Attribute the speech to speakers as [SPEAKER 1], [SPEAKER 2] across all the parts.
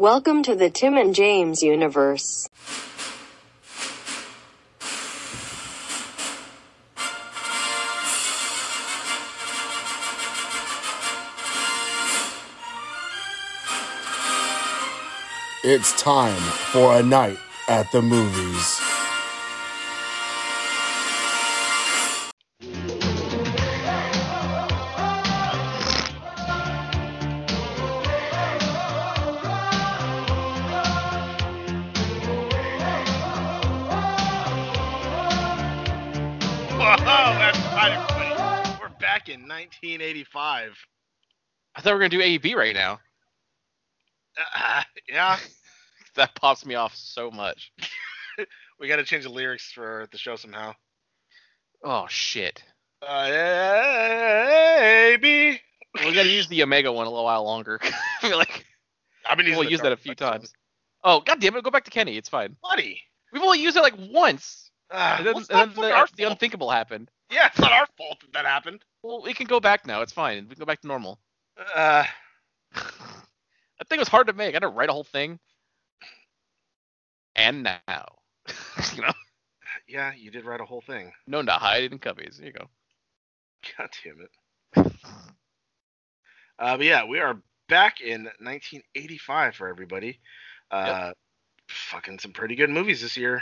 [SPEAKER 1] Welcome to the Tim and James universe.
[SPEAKER 2] It's time for a night at the movies.
[SPEAKER 3] Whoa, that's right, everybody. We're back in 1985.
[SPEAKER 4] I thought we were gonna do AEB right now.
[SPEAKER 3] Uh, yeah,
[SPEAKER 4] That pops me off so much.
[SPEAKER 3] we got to change the lyrics for the show somehow.
[SPEAKER 4] Oh shit.
[SPEAKER 3] Uh, hey, baby.
[SPEAKER 4] We gotta use the Omega one a little while longer. I feel like
[SPEAKER 3] I've been using
[SPEAKER 4] we'll
[SPEAKER 3] the
[SPEAKER 4] use
[SPEAKER 3] term
[SPEAKER 4] that a few
[SPEAKER 3] like so
[SPEAKER 4] times. Oh god damn it, go back to Kenny. It's fine.
[SPEAKER 3] Bloody.
[SPEAKER 4] We've only used it like once.
[SPEAKER 3] Uh,
[SPEAKER 4] And then,
[SPEAKER 3] it's
[SPEAKER 4] and
[SPEAKER 3] not
[SPEAKER 4] then
[SPEAKER 3] fucking
[SPEAKER 4] the,
[SPEAKER 3] our
[SPEAKER 4] the
[SPEAKER 3] fault.
[SPEAKER 4] unthinkable happened.
[SPEAKER 3] yeah, it's not our fault that that happened.
[SPEAKER 4] Well, we can go back now. It's fine. We can go back to normal.
[SPEAKER 3] Uh,
[SPEAKER 4] that thing was hard to make. I had to write a whole thing. And now, you know,
[SPEAKER 3] yeah, you did write a whole thing.
[SPEAKER 4] no, not hide it in cubbies. There you go.
[SPEAKER 3] God damn it. Uh, but yeah, we are back in 1985 for everybody. Uh, Fucking some pretty good movies this year.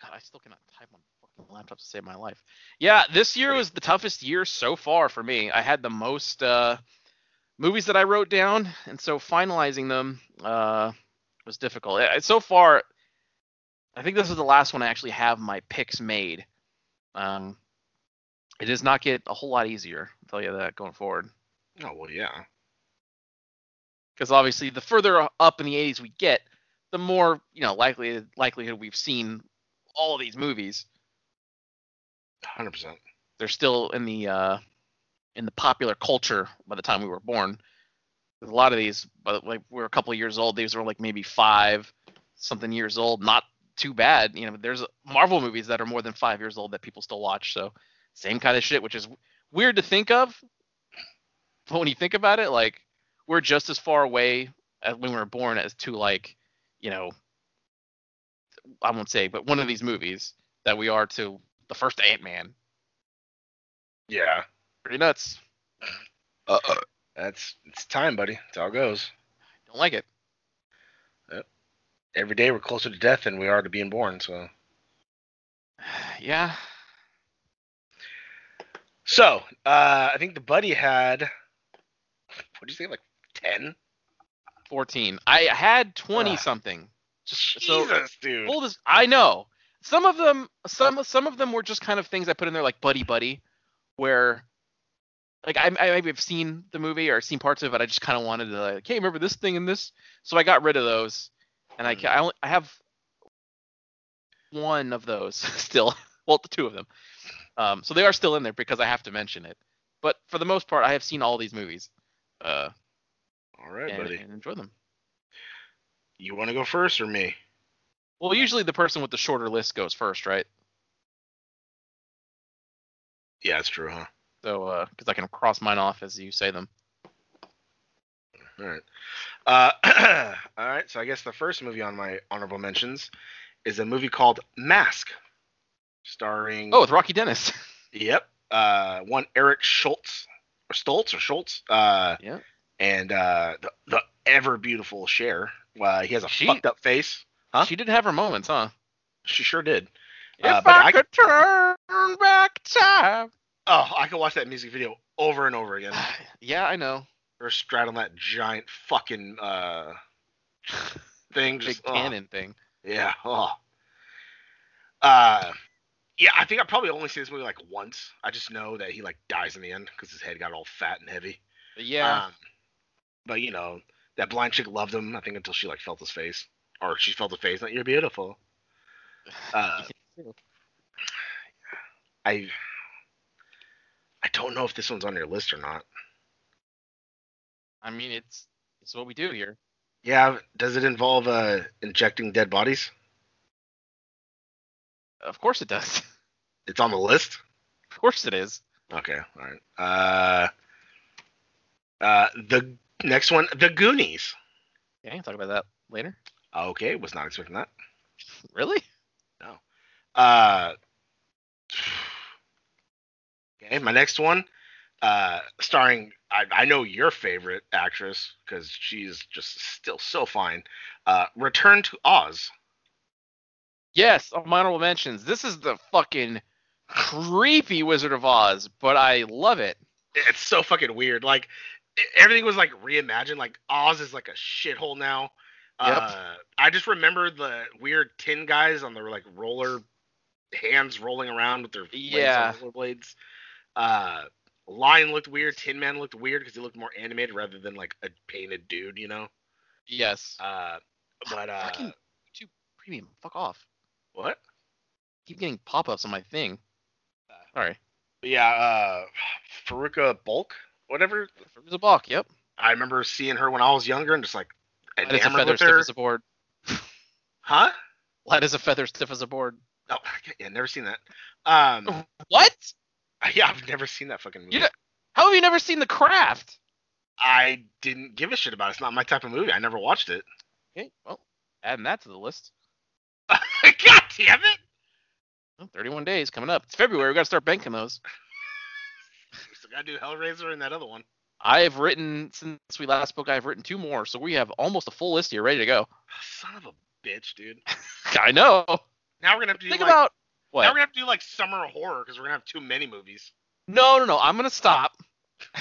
[SPEAKER 4] God, I still cannot type on fucking laptop to save my life. Yeah, this year was the toughest year so far for me. I had the most uh, movies that I wrote down, and so finalizing them uh, was difficult. Uh, So far, I think this is the last one I actually have my picks made. Um, it does not get a whole lot easier. I'll tell you that going forward,
[SPEAKER 3] Oh well, yeah.
[SPEAKER 4] because obviously the further up in the 80s we get, the more you know likely likelihood we've seen all of these movies.
[SPEAKER 3] 100%.
[SPEAKER 4] they're still in the uh, in the popular culture by the time we were born. A lot of these, but like we were a couple of years old. These were like maybe five something years old. Not too bad, you know. There's Marvel movies that are more than five years old that people still watch. So same kind of shit, which is weird to think of. But when you think about it, like we're just as far away as when we were born as to like, you know, I won't say, but one of these movies that we are to the first Ant Man.
[SPEAKER 3] Yeah.
[SPEAKER 4] Pretty nuts.
[SPEAKER 3] That's it's time, buddy. That's how it goes.
[SPEAKER 4] Don't like it.
[SPEAKER 3] Every day we're closer to death than we are to being born. So,
[SPEAKER 4] Yeah.
[SPEAKER 3] so uh, I think the buddy had what do you say, like ten?
[SPEAKER 4] 14. I had 20
[SPEAKER 3] Ugh.
[SPEAKER 4] something.
[SPEAKER 3] Jesus,
[SPEAKER 4] so-
[SPEAKER 3] dude.
[SPEAKER 4] Well, this, I know. Some of them some some of them were just kind of things I put in there like buddy buddy where like I, I maybe have seen the movie or seen parts of it. I just kind of wanted to like, hey, remember this thing and this? So I got rid of those, and I
[SPEAKER 3] Hmm.
[SPEAKER 4] ca- I, only, I have one of those still. well, the two of them. Um, so they are still in there because I have to mention it. But for the most part, I have seen all these movies. Uh,
[SPEAKER 3] All right,
[SPEAKER 4] and,
[SPEAKER 3] buddy.
[SPEAKER 4] and enjoy them.
[SPEAKER 3] You want to go first or me?
[SPEAKER 4] Well, usually the person with the shorter list goes first, right?
[SPEAKER 3] Yeah, it's true, huh?
[SPEAKER 4] So, because uh, I can cross mine off as you say them.
[SPEAKER 3] All right. Uh, all right. So I guess the first movie on my honorable mentions is a movie called Mask, starring.
[SPEAKER 4] Oh, with Rocky Dennis.
[SPEAKER 3] Yep. Uh, one Eric Schultz or Stoltz or Schultz. Uh,
[SPEAKER 4] Yeah.
[SPEAKER 3] And uh, the, the ever beautiful Cher. Uh, he has a
[SPEAKER 4] She-
[SPEAKER 3] fucked up face. Huh?
[SPEAKER 4] She did have her moments, huh?
[SPEAKER 3] She sure did.
[SPEAKER 4] If
[SPEAKER 3] Uh, but
[SPEAKER 4] Uh, I,
[SPEAKER 3] I-
[SPEAKER 4] could turn back time.
[SPEAKER 3] Oh, I could watch that music video over and over again.
[SPEAKER 4] yeah, I know.
[SPEAKER 3] Her straddling that giant fucking uh, thing.
[SPEAKER 4] Big
[SPEAKER 3] Just, oh,
[SPEAKER 4] cannon thing.
[SPEAKER 3] Yeah. Oh. Uh, yeah. I think I probably only seen this movie like once. I just know that he like dies in the end because his head got all fat and heavy.
[SPEAKER 4] But yeah.
[SPEAKER 3] Um, but you know, that blind chick loved him. I think until she like felt his face, or she felt the face. Like you're beautiful. Uh, I I don't know if this one's on your list or not.
[SPEAKER 4] I mean, it's it's what we do here.
[SPEAKER 3] Yeah. Does it involve uh injecting dead bodies?
[SPEAKER 4] Of course it does.
[SPEAKER 3] It's on the list.
[SPEAKER 4] of course it is.
[SPEAKER 3] Okay. All right. Uh. Uh. The next one, The Goonies.
[SPEAKER 4] Yeah, I can talk about that later.
[SPEAKER 3] Okay, was not expecting that.
[SPEAKER 4] Really?
[SPEAKER 3] Uh, okay, my next one, uh, starring I, I know your favorite actress because she's just still so fine. Uh, Return to Oz.
[SPEAKER 4] Yes, oh, my honorable mentions. This is the fucking creepy Wizard of Oz, but I love it.
[SPEAKER 3] It's so fucking weird. Like e- everything was like reimagined. Like Oz is like a shithole now.
[SPEAKER 4] Yep.
[SPEAKER 3] Uh, I just remember the weird tin guys on their like roller hands rolling around with their blades on
[SPEAKER 4] Yeah.
[SPEAKER 3] rollerblades. Uh, Lion looked weird. Tin Man looked weird because he looked more animated rather than like a painted dude, you know.
[SPEAKER 4] Yes.
[SPEAKER 3] Uh, but uh,
[SPEAKER 4] Fucking YouTube Premium. Fuck off.
[SPEAKER 3] what?
[SPEAKER 4] keep getting pop ups on my thing. Sorry.
[SPEAKER 3] Yeah, uh, Faruka Bulk, whatever.
[SPEAKER 4] It was a balk, yep.
[SPEAKER 3] I remember seeing her when I was younger and just like
[SPEAKER 4] Light as a
[SPEAKER 3] enamored
[SPEAKER 4] feather,
[SPEAKER 3] with
[SPEAKER 4] stiff
[SPEAKER 3] her.
[SPEAKER 4] as a board.
[SPEAKER 3] Huh?
[SPEAKER 4] Light as a feather, stiff as a board.
[SPEAKER 3] Oh, yeah, never seen that. Um,
[SPEAKER 4] What?
[SPEAKER 3] yeah, I've never seen that fucking movie.
[SPEAKER 4] Oh. You don't- How have you never seen The Craft?
[SPEAKER 3] I didn't give a shit about it. It's not my type of movie. I never watched it.
[SPEAKER 4] Okay, well, adding that to the list.
[SPEAKER 3] God damn it!
[SPEAKER 4] Oh, 31 days coming up. It's February. We got to start banking those.
[SPEAKER 3] We still gotta do Hellraiser and that other one.
[SPEAKER 4] I have written since we last spoke. I have written two more, so we have almost a full list here ready to go.
[SPEAKER 3] Ah, Son of a bitch, dude.
[SPEAKER 4] I know.
[SPEAKER 3] Now we're gonna have to do
[SPEAKER 4] Think
[SPEAKER 3] like,
[SPEAKER 4] about
[SPEAKER 3] now we're
[SPEAKER 4] what?
[SPEAKER 3] gonna have to do like summer horror because we're gonna have too many movies.
[SPEAKER 4] No, no, no. I'm gonna stop.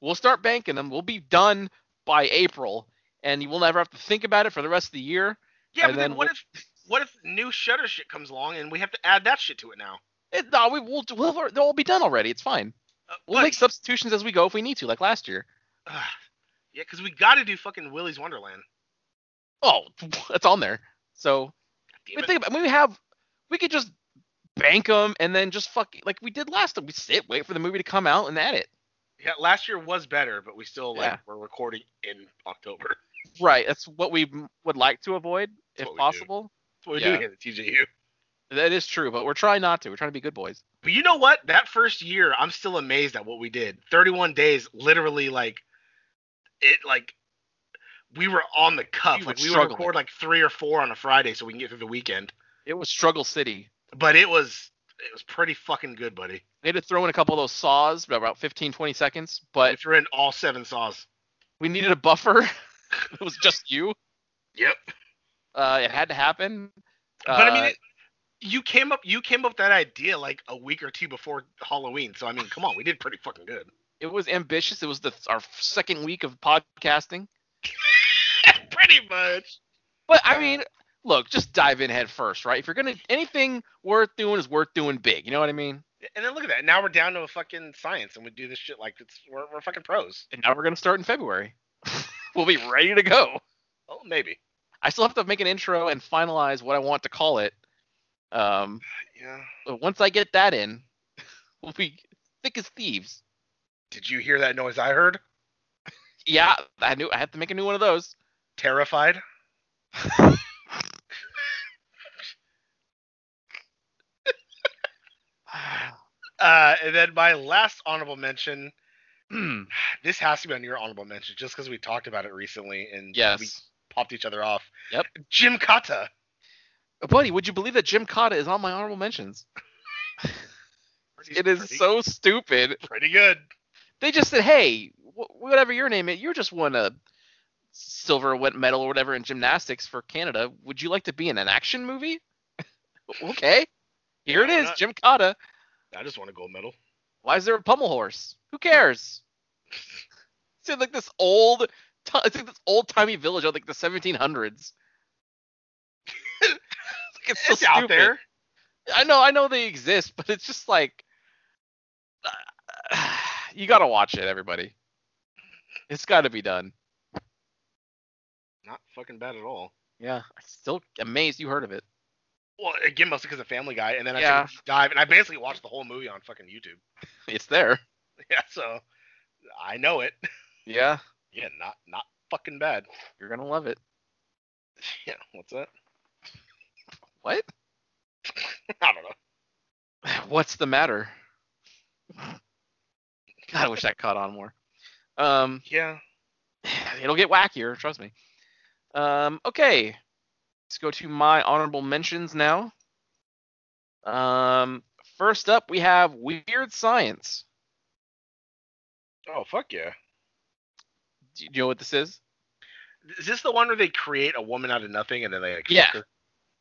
[SPEAKER 4] we'll start banking them. We'll be done by April, and you will never have to think about it for the rest of the year.
[SPEAKER 3] Yeah,
[SPEAKER 4] And
[SPEAKER 3] but then,
[SPEAKER 4] then
[SPEAKER 3] what if what if new Shutter shit comes along and we have to add that shit to it now?
[SPEAKER 4] It, no, we, we'll, we'll they'll all be done already. It's fine.
[SPEAKER 3] Uh,
[SPEAKER 4] We'll
[SPEAKER 3] but-
[SPEAKER 4] make substitutions as we go if we need to, like last year.
[SPEAKER 3] ugh, yeah, because we gotta do fucking Willy's Wonderland.
[SPEAKER 4] Oh, it's on there. So
[SPEAKER 3] Damn
[SPEAKER 4] we
[SPEAKER 3] it.
[SPEAKER 4] think about we have we could just bank them and then just fuck like we did last time. We sit, wait for the movie to come out, and add it.
[SPEAKER 3] Yeah, last year was better, but we still like
[SPEAKER 4] Yeah.
[SPEAKER 3] we're recording in October. That's
[SPEAKER 4] Right. That's what we m- would like to avoid
[SPEAKER 3] That's what we
[SPEAKER 4] if
[SPEAKER 3] do.
[SPEAKER 4] possible.
[SPEAKER 3] what we
[SPEAKER 4] Yeah.
[SPEAKER 3] do here at TJU.
[SPEAKER 4] That is true, but we're trying not to. We're trying to be good boys.
[SPEAKER 3] But you know what? That first year, I'm still amazed at what we did. 31 days, literally, like it, like we were on the cuff.
[SPEAKER 4] We were
[SPEAKER 3] like we would
[SPEAKER 4] struggling.
[SPEAKER 3] record like three or four on a Friday so we can get through the weekend.
[SPEAKER 4] It was struggle city.
[SPEAKER 3] But it was it was pretty fucking good, buddy.
[SPEAKER 4] They had to throw in a couple of those saws, about 15, 20 seconds, but
[SPEAKER 3] If you're in all seven saws.
[SPEAKER 4] we needed a buffer. it was just you.
[SPEAKER 3] Yep.
[SPEAKER 4] Uh, it had to happen.
[SPEAKER 3] But I
[SPEAKER 4] Uh,
[SPEAKER 3] mean, it, you came up you came up with that idea like a week or two before Halloween. So I mean, come on, we did pretty fucking good.
[SPEAKER 4] it was ambitious. It was the our second week of podcasting.
[SPEAKER 3] pretty much.
[SPEAKER 4] But I mean, look, just dive in head first, right? If you're gonna anything worth doing is worth doing big. You know what I mean?
[SPEAKER 3] And then look at that. Now we're down to a fucking science, and we do this shit like it's we're, we're fucking pros.
[SPEAKER 4] And now we're gonna start in February. we'll be ready to go.
[SPEAKER 3] Oh, maybe.
[SPEAKER 4] I still have to make an intro and finalize what I want to call it. Um,
[SPEAKER 3] Yeah.
[SPEAKER 4] but once I get that in, we'll be thick as thieves.
[SPEAKER 3] Did you hear that noise I heard?
[SPEAKER 4] Yeah, I knew I had to make a new one of those.
[SPEAKER 3] Terrified. Uh, and then my last honorable mention. This has to be on your honorable mention, just because we talked about it recently and we
[SPEAKER 4] yes.
[SPEAKER 3] popped each other off.
[SPEAKER 4] Yep.
[SPEAKER 3] Jim Kata.
[SPEAKER 4] Oh, Buddy, would you believe that Jim Cotta is on my honorable mentions? It is
[SPEAKER 3] pretty,
[SPEAKER 4] so stupid.
[SPEAKER 3] pretty good.
[SPEAKER 4] They just said, "Hey, wh- whatever your name is, you just won a silver wet medal or whatever in gymnastics for Canada. Would you like to be in an action movie?" okay, here it
[SPEAKER 3] Yeah, why
[SPEAKER 4] is,
[SPEAKER 3] not?
[SPEAKER 4] Jim Cotta.
[SPEAKER 3] I just want a gold medal.
[SPEAKER 4] Why is there a pummel horse? Who cares? It's in, like this old, ti- it's like this old timey village of like the 1700s. Like, it's so
[SPEAKER 3] it's out
[SPEAKER 4] stupid.
[SPEAKER 3] there.
[SPEAKER 4] I know, I know they exist, but it's just like you gotta watch it, everybody. It's got to be done.
[SPEAKER 3] Not fucking bad at all.
[SPEAKER 4] Yeah, I'm still amazed you heard of it.
[SPEAKER 3] Well, again, mostly because of Family Guy, and then I
[SPEAKER 4] Yeah.
[SPEAKER 3] took a deep dive, and I basically watched the whole movie on fucking YouTube.
[SPEAKER 4] It's there.
[SPEAKER 3] Yeah, so I know it.
[SPEAKER 4] Yeah,
[SPEAKER 3] Yeah, not not fucking bad.
[SPEAKER 4] you're gonna love it.
[SPEAKER 3] Yeah, what's that?
[SPEAKER 4] What?
[SPEAKER 3] I don't know.
[SPEAKER 4] What's the matter? God, I wish that caught on more. Um,
[SPEAKER 3] Yeah.
[SPEAKER 4] it'll get wackier, trust me. Um, okay, let's go to my honorable mentions now. Um, first up, we have Weird Science.
[SPEAKER 3] Oh fuck yeah!
[SPEAKER 4] Do you know what this is?
[SPEAKER 3] Is this the one where they create a woman out of nothing and then they like fuck
[SPEAKER 4] Yeah.
[SPEAKER 3] her?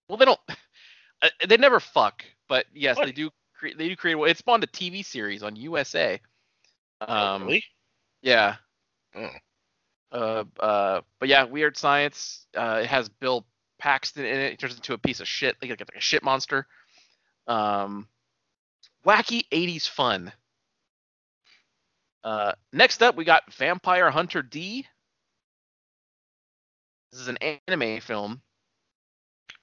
[SPEAKER 4] Well, they don't. Uh, they never fuck, but yes,
[SPEAKER 3] What?
[SPEAKER 4] they do. Cre- they do create. Well, it spawned a TV series on USA. Um,
[SPEAKER 3] really?
[SPEAKER 4] Yeah.
[SPEAKER 3] Oh.
[SPEAKER 4] Uh, uh, but yeah, Weird Science. Uh, it has Bill Paxton in it. He turns into a piece of shit, like, like a shit monster. Um, wacky '80s fun. Uh, next up, we got Vampire Hunter D. This is an anime film.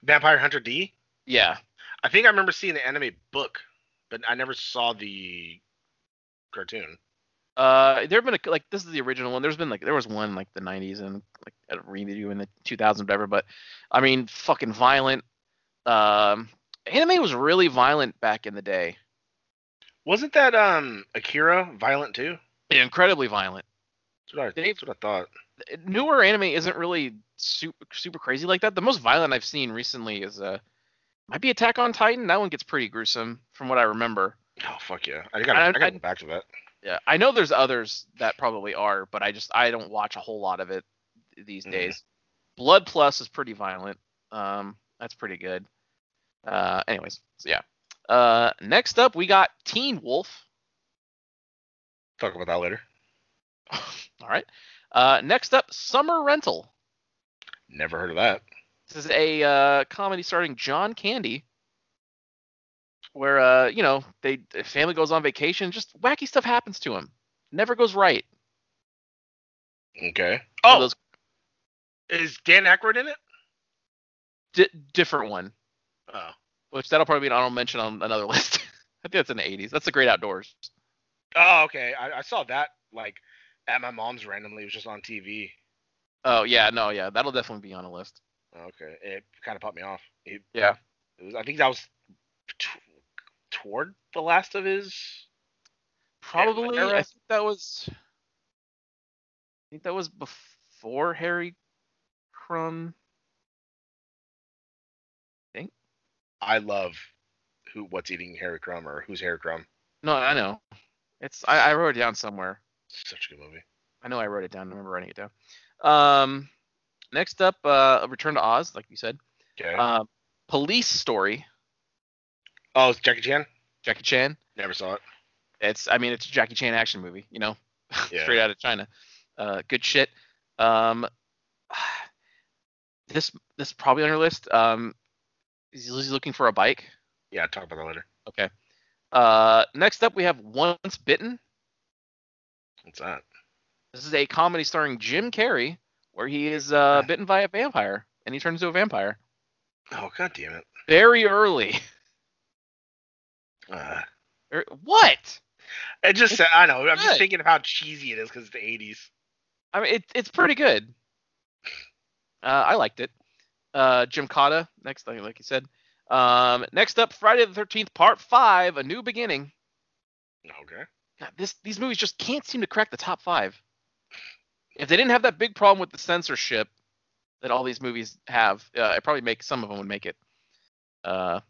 [SPEAKER 3] Vampire Hunter D.
[SPEAKER 4] Yeah.
[SPEAKER 3] I think I remember seeing the anime book, but I never saw the cartoon.
[SPEAKER 4] Uh, there have been a, like this is the original one. There's been like there was one like the 90s and like a redo in the 2000s whatever. But I mean, fucking violent. Um, anime was really violent back in the day.
[SPEAKER 3] Wasn't that um Akira violent too?
[SPEAKER 4] Incredibly violent.
[SPEAKER 3] That's what I,
[SPEAKER 4] Dave-
[SPEAKER 3] that's what I thought.
[SPEAKER 4] Newer anime isn't really super super crazy like that. The most violent I've seen recently is uh might be Attack on Titan. That one gets pretty gruesome from what I remember.
[SPEAKER 3] Oh fuck yeah! I gotta, I,
[SPEAKER 4] I-
[SPEAKER 3] gotta
[SPEAKER 4] I-
[SPEAKER 3] go back to that.
[SPEAKER 4] Yeah, I know there's others that probably are, but I just I don't watch a whole lot of it these
[SPEAKER 3] Mhm.
[SPEAKER 4] days. Blood Plus is pretty violent. Um, that's pretty good. Uh, anyways, so yeah. Uh, next up we got Teen Wolf.
[SPEAKER 3] Talk about that later.
[SPEAKER 4] All right. Uh, next up, Summer Rental.
[SPEAKER 3] Never heard of that.
[SPEAKER 4] This is a uh, comedy starring John Candy, where uh, you know they the family goes on vacation, just wacky stuff happens to him. Never goes right.
[SPEAKER 3] Okay.
[SPEAKER 4] One
[SPEAKER 3] Oh,
[SPEAKER 4] of those
[SPEAKER 3] is Dan Aykroyd in it?
[SPEAKER 4] di- different one.
[SPEAKER 3] Oh,
[SPEAKER 4] which that'll probably be an honorable mention on another list. I think that's in the 80s. That's the Great Outdoors.
[SPEAKER 3] oh, okay. I, I saw that like at my mom's randomly. It was just on TV.
[SPEAKER 4] Oh yeah, no, yeah, that'll definitely be on a list.
[SPEAKER 3] Okay, it kind of popped me off. It,
[SPEAKER 4] Yeah.
[SPEAKER 3] it was, I think that was t- toward the last of his.
[SPEAKER 4] Probably.
[SPEAKER 3] era?
[SPEAKER 4] I think that was. I think that was before Harry Crumb.
[SPEAKER 3] I love who what's eating Harry Crumb or who's Harry Crumb.
[SPEAKER 4] No, I know. It's I, I wrote it down somewhere.
[SPEAKER 3] Such a good movie.
[SPEAKER 4] I know I wrote it down. I remember writing it down. Um, next up, uh, Return to Oz, like you said.
[SPEAKER 3] Okay.
[SPEAKER 4] Uh, Police Story,
[SPEAKER 3] oh, it's Jackie Chan.
[SPEAKER 4] Jackie Chan.
[SPEAKER 3] Never saw it.
[SPEAKER 4] it's I mean it's a Jackie Chan action movie, you know,
[SPEAKER 3] Yeah.
[SPEAKER 4] straight out of China. Uh, good shit. Um, this this is probably on your list. Um, he's, he's looking for a bike.
[SPEAKER 3] Yeah, talk about that later.
[SPEAKER 4] Okay. Uh, next up we have Once Bitten.
[SPEAKER 3] What's that?
[SPEAKER 4] This is a comedy starring Jim Carrey where he is uh, bitten by a vampire and he turns into a vampire
[SPEAKER 3] Oh god damn it.
[SPEAKER 4] very early.
[SPEAKER 3] Uh,
[SPEAKER 4] Er, what?
[SPEAKER 3] it just I know. I'm just
[SPEAKER 4] good.
[SPEAKER 3] thinking of how cheesy it is because it's the 80s.
[SPEAKER 4] I mean, it, it's pretty good. Uh, I liked it. Uh, Jim Cotta, next, like, like you said. Um, next up, Friday the 13th, Part 5, A New Beginning.
[SPEAKER 3] Okay.
[SPEAKER 4] God, this, these movies just can't seem to crack the top five. If they didn't have that big problem with the censorship that all these movies have, uh, it probably make some of them would make it. Uh,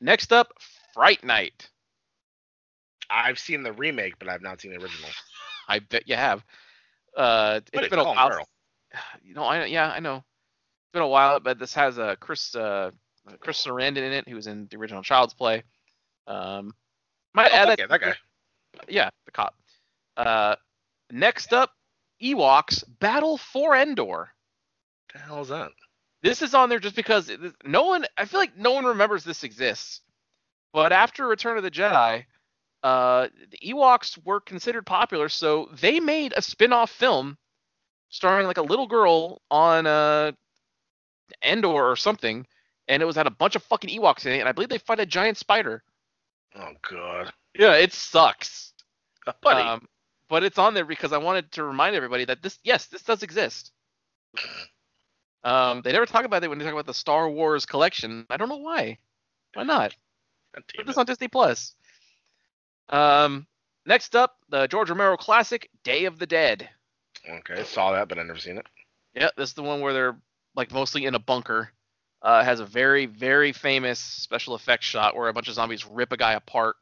[SPEAKER 4] next up, Fright Night.
[SPEAKER 3] I've seen the remake, but I've not seen the original.
[SPEAKER 4] I bet you have. Uh,
[SPEAKER 3] But
[SPEAKER 4] it's
[SPEAKER 3] it's
[SPEAKER 4] been a
[SPEAKER 3] Colin
[SPEAKER 4] while.
[SPEAKER 3] Farrell.
[SPEAKER 4] You know, I yeah, I know. It's been a while, but this has uh, Chris uh, Chris Sarandon in it, who was in the original Child's Play. Um, might
[SPEAKER 3] Oh,
[SPEAKER 4] add
[SPEAKER 3] fuck
[SPEAKER 4] that.
[SPEAKER 3] yeah, that guy.
[SPEAKER 4] Yeah, the cop. Uh, next up, Ewoks Battle for Endor.
[SPEAKER 3] The hell is that?
[SPEAKER 4] This is on there just because it, this- no one. I feel like no one remembers this exists. But after Return of the Jedi, uh, the Ewoks were considered popular, so they made a spin-off film starring like a little girl on uh, Endor or something, and it was had a bunch of fucking Ewoks in it, and I believe they fight a giant spider.
[SPEAKER 3] Oh god.
[SPEAKER 4] Yeah, it sucks.
[SPEAKER 3] Buddy.
[SPEAKER 4] Um, but it's on there because I wanted to remind everybody that this, yes, this does exist. Um, they never talk about it when they talk about the Star Wars collection. I don't know why. Why not?
[SPEAKER 3] God damn
[SPEAKER 4] Put
[SPEAKER 3] it.
[SPEAKER 4] this on Disney Plus. Um, next up, the George Romero classic, Day of the Dead.
[SPEAKER 3] Okay, saw that, but I never seen it.
[SPEAKER 4] Yeah, this is the one where they're like mostly in a bunker. Uh, has a very very famous special effects shot where a bunch of zombies rip a guy apart,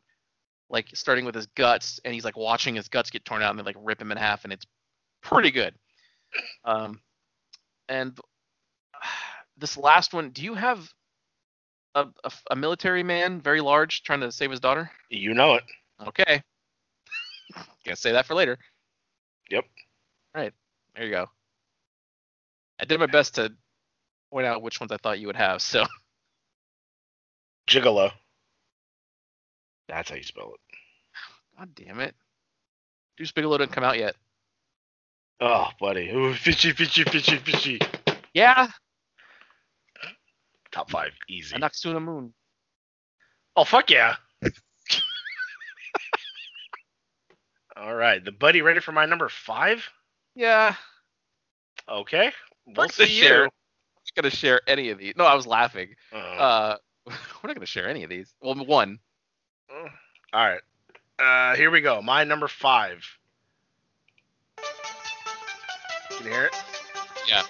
[SPEAKER 4] like starting with his guts, and he's like watching his guts get torn out and they like rip him in half, and it's pretty good. Um, and this last one, do you have a, a, a military man, very large, trying to save his daughter?
[SPEAKER 3] You know it.
[SPEAKER 4] Okay, gonna say that for later.
[SPEAKER 3] Yep.
[SPEAKER 4] All right, there you go. I did my best to point out which ones I thought you would have. So
[SPEAKER 3] Gigolo. That's how you spell it.
[SPEAKER 4] God damn it. Deuce Bigelow didn't come out yet.
[SPEAKER 3] Oh, buddy. Ooh, fishy, fishy, fishy, fishy.
[SPEAKER 4] Yeah,
[SPEAKER 3] Top five, easy.
[SPEAKER 4] and Naxuna Moon.
[SPEAKER 3] Oh fuck yeah. All right, the buddy ready for my number five?
[SPEAKER 4] Yeah,
[SPEAKER 3] Okay, we'll
[SPEAKER 4] Fuck this
[SPEAKER 3] see
[SPEAKER 4] shit.
[SPEAKER 3] you.
[SPEAKER 4] I'm not gonna share any of these. No, I was laughing.
[SPEAKER 3] Uh,
[SPEAKER 4] Uh, we're not gonna share any of these. Well, one.
[SPEAKER 3] all right, uh, here we go. My number five. Can you hear it?
[SPEAKER 4] Yeah.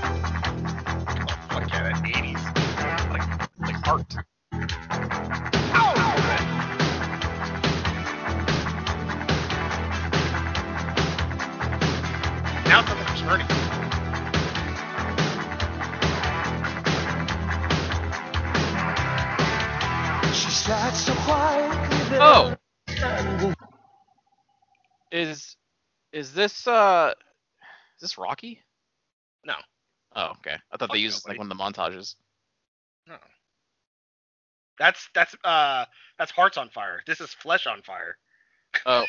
[SPEAKER 3] Oh, fuck yeah, that 80s.
[SPEAKER 4] Like art.
[SPEAKER 3] Now it's on the first verdict.
[SPEAKER 5] She sat so quietly there.
[SPEAKER 4] Oh. Is is this uh is this Rocky?
[SPEAKER 3] No.
[SPEAKER 4] Oh, okay. I thought
[SPEAKER 3] Fuck
[SPEAKER 4] they used
[SPEAKER 3] no,
[SPEAKER 4] like
[SPEAKER 3] buddy.
[SPEAKER 4] one of the montages.
[SPEAKER 3] No. That's that's uh that's hearts on fire. This is flesh on fire.
[SPEAKER 4] Oh.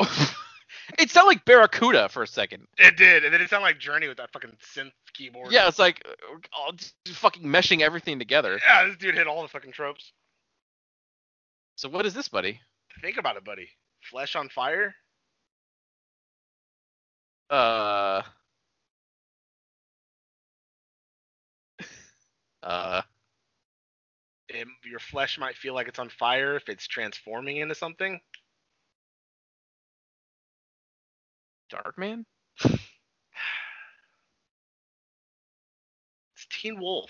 [SPEAKER 4] it sounded like Barracuda for a second.
[SPEAKER 3] It did, and then it sounded like Journey with that fucking synth keyboard.
[SPEAKER 4] Yeah, it's like uh, all just fucking meshing everything together.
[SPEAKER 3] Yeah, this dude hit all the fucking tropes.
[SPEAKER 4] So what is this, buddy?
[SPEAKER 3] Think about it, buddy. Flesh on fire.
[SPEAKER 4] Uh. Uh.
[SPEAKER 3] It, your flesh might feel like it's on fire if it's transforming into something.
[SPEAKER 4] Darkman.
[SPEAKER 3] It's Teen Wolf.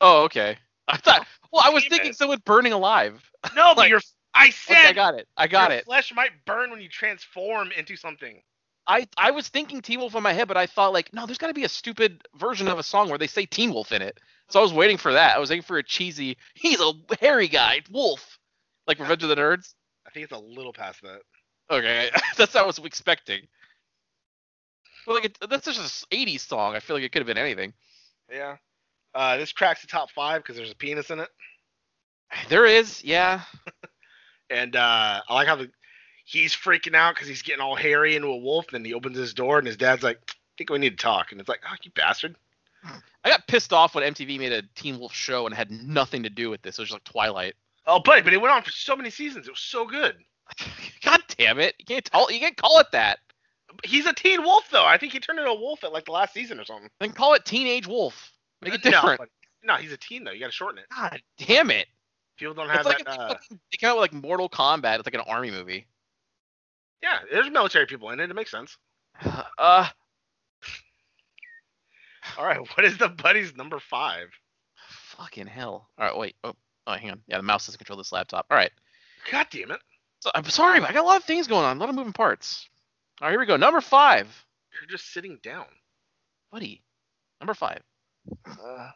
[SPEAKER 4] Oh, okay. I thought. Well, I was
[SPEAKER 3] Damn
[SPEAKER 4] thinking
[SPEAKER 3] it.
[SPEAKER 4] someone burning alive.
[SPEAKER 3] No, but
[SPEAKER 4] Like-
[SPEAKER 3] your I said
[SPEAKER 4] Okay, I got it. I got
[SPEAKER 3] your
[SPEAKER 4] it.
[SPEAKER 3] flesh might burn when you transform into something.
[SPEAKER 4] I I was thinking Teen Wolf in my head, but I thought like, no, there's got to be a stupid version of a song where they say Teen Wolf in it. So I was waiting for that. I was waiting for a cheesy. He's a hairy guy, wolf, like Revenge of the Nerds.
[SPEAKER 3] I think it's a little past that.
[SPEAKER 4] Okay, that's what I was expecting. But like, it, that's just an '80s song. I feel like it could have been anything.
[SPEAKER 3] Yeah. Uh, this cracks the top five because there's a penis in it.
[SPEAKER 4] There is, yeah.
[SPEAKER 3] And uh, I like how the he's freaking out because he's getting all hairy into a wolf. Then he opens his door and his dad's like, "I think we need to talk." And it's like, "Oh, you bastard!"
[SPEAKER 4] I got pissed off when MTV made a Teen Wolf show and had nothing to do with this. It was just like Twilight.
[SPEAKER 3] Oh, buddy, but it went on for so many seasons. It was so good.
[SPEAKER 4] God damn it! You can't tell. You can't call it that.
[SPEAKER 3] But he's a teen wolf though. I think he turned into a wolf at like the last season or something.
[SPEAKER 4] Then call it Teenage Wolf. Make it
[SPEAKER 3] No,
[SPEAKER 4] different.
[SPEAKER 3] buddy. No, he's a teen though. You gotta shorten it.
[SPEAKER 4] God damn it!
[SPEAKER 3] People don't have
[SPEAKER 4] It's like if
[SPEAKER 3] that.
[SPEAKER 4] they
[SPEAKER 3] Uh,
[SPEAKER 4] fucking- they came out with like Mortal Kombat. It's like an army movie.
[SPEAKER 3] yeah, there's military people in it. It makes sense.
[SPEAKER 4] Uh,
[SPEAKER 3] All right, what is the buddy's number five?
[SPEAKER 4] fucking hell. All right, wait. Oh, oh, hang on. Yeah, the mouse doesn't control this laptop. All right.
[SPEAKER 3] God damn it!
[SPEAKER 4] So, I'm sorry, but I got a lot of things going on. A lot of moving parts. All right, here we go. Number five,
[SPEAKER 3] You're just sitting down.
[SPEAKER 4] buddy. Number five.
[SPEAKER 3] Uh,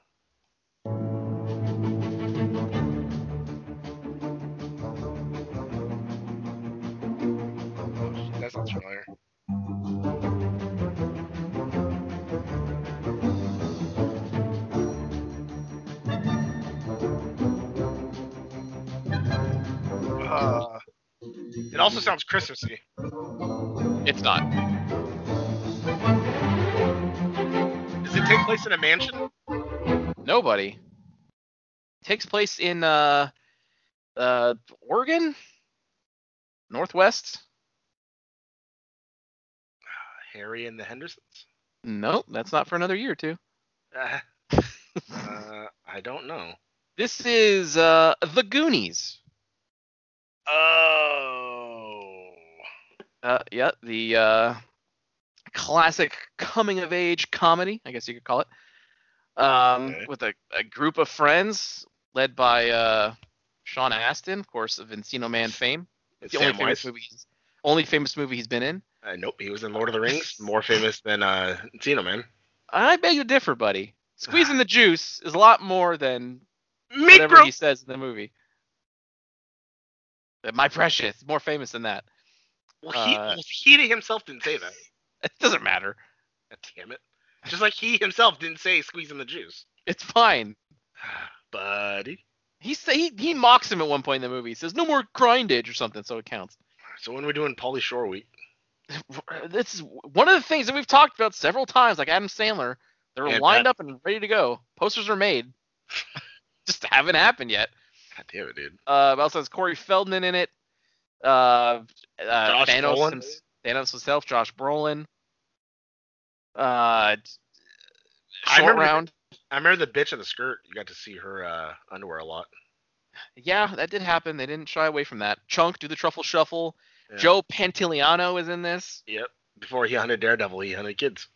[SPEAKER 3] that sounds familiar. Uh, it also sounds Christmassy.
[SPEAKER 4] It's not.
[SPEAKER 3] Does it take place in a mansion?
[SPEAKER 4] Nobody. Takes place in uh, uh, Oregon, Northwest.
[SPEAKER 3] Harry and the Hendersons?
[SPEAKER 4] Nope, that's not for another year or two.
[SPEAKER 3] Uh, uh, I don't know.
[SPEAKER 4] This is uh, the Goonies.
[SPEAKER 3] Oh,
[SPEAKER 4] Uh, yeah, the uh, classic coming of age comedy, I guess you could call it, um,
[SPEAKER 3] Okay.
[SPEAKER 4] with a, a group of friends led by uh, Sean Astin, of course, of Encino Man fame.
[SPEAKER 3] It's
[SPEAKER 4] the only
[SPEAKER 3] Samwise.
[SPEAKER 4] famous movie he's only famous movie he's been in.
[SPEAKER 3] Uh, nope, he was in Lord of the Rings, more famous than uh, Encino Man.
[SPEAKER 4] I beg you differ, buddy. Squeezing the juice is a lot more than whatever
[SPEAKER 3] Micro-
[SPEAKER 4] he says in the movie. Uh, My precious, more famous than that.
[SPEAKER 3] well, he,
[SPEAKER 4] uh,
[SPEAKER 3] well, he to himself didn't say that.
[SPEAKER 4] It doesn't matter.
[SPEAKER 3] God damn it! Just like he himself didn't say squeezing the juice,
[SPEAKER 4] It's fine.
[SPEAKER 3] buddy.
[SPEAKER 4] He say he, he mocks him at one point in the movie. He says no more grindage or something, so it counts.
[SPEAKER 3] So when are we doing Pauly Shore week?
[SPEAKER 4] This is one of the things that we've talked about several times. Like Adam Sandler, they're
[SPEAKER 3] And
[SPEAKER 4] lined up and ready to go. Posters are made. Just haven't happened yet.
[SPEAKER 3] God damn it, dude.
[SPEAKER 4] Uh, it also has Corey Feldman in it. Uh, uh,
[SPEAKER 3] Josh
[SPEAKER 4] Thanos,
[SPEAKER 3] Brolin?
[SPEAKER 4] hims- Thanos himself, Josh Brolin. Uh,
[SPEAKER 3] I
[SPEAKER 4] short
[SPEAKER 3] remember-
[SPEAKER 4] round.
[SPEAKER 3] I remember the bitch in the skirt. You got to see her uh, underwear a lot.
[SPEAKER 4] Yeah, that did happen. They didn't shy away from that. Chunk, do the truffle shuffle.
[SPEAKER 3] Yeah.
[SPEAKER 4] Joe Pantiliano is in this.
[SPEAKER 3] Yep. Before he hunted Daredevil, he hunted kids.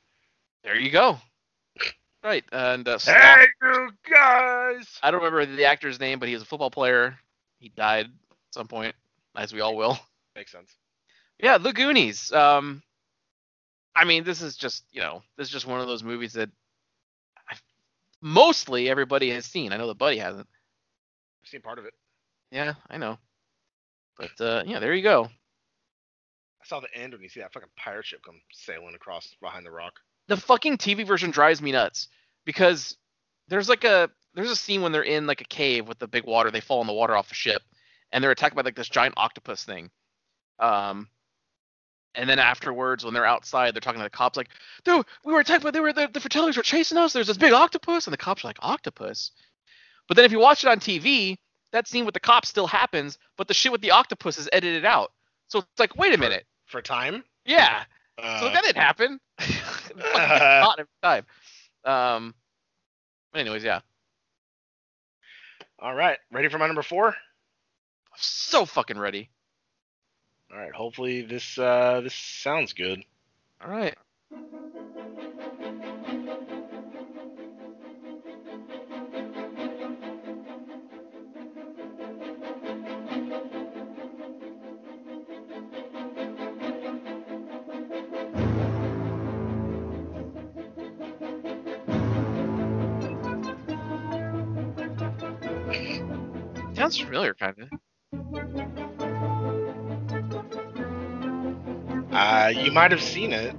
[SPEAKER 4] There you go. Right, and uh, Sloth-
[SPEAKER 3] Hey, you guys!
[SPEAKER 4] I don't remember the actor's name, but he was a football player. He died at some point, as we all will.
[SPEAKER 3] Makes sense.
[SPEAKER 4] Yeah, The Goonies. Um, I mean, this is just you know, this is just one of those movies that I, mostly everybody has seen. I know the buddy hasn't.
[SPEAKER 3] I've seen part of it.
[SPEAKER 4] Yeah, I know. But uh, yeah, there you go.
[SPEAKER 3] I saw the end when you see that fucking pirate ship come sailing across behind the rock.
[SPEAKER 4] the fucking TV version drives me nuts because there's like a there's a scene when they're in like a cave with the big water. They fall in the water off the ship, and they're attacked by like this giant octopus thing. Um, and then afterwards, when they're outside, they're talking to the cops like, "Dude, we were attacked by they were the, the fatalities were chasing us. There's this big octopus," and the cops are like, "Octopus." But then if you watch it on TV, that scene with the cops still happens, but the shit with the octopus is edited out. So it's like, wait a minute,
[SPEAKER 3] For time?
[SPEAKER 4] yeah,
[SPEAKER 3] Uh,
[SPEAKER 4] so that didn't happen. Fucking gets caught every time. Um. but Anyways, yeah.
[SPEAKER 3] all right. Ready for my number four?
[SPEAKER 4] I'm so fucking ready.
[SPEAKER 3] All right. Hopefully this uh, this sounds good.
[SPEAKER 4] All right. Sounds familiar, kind of.
[SPEAKER 3] Uh, you might have seen it.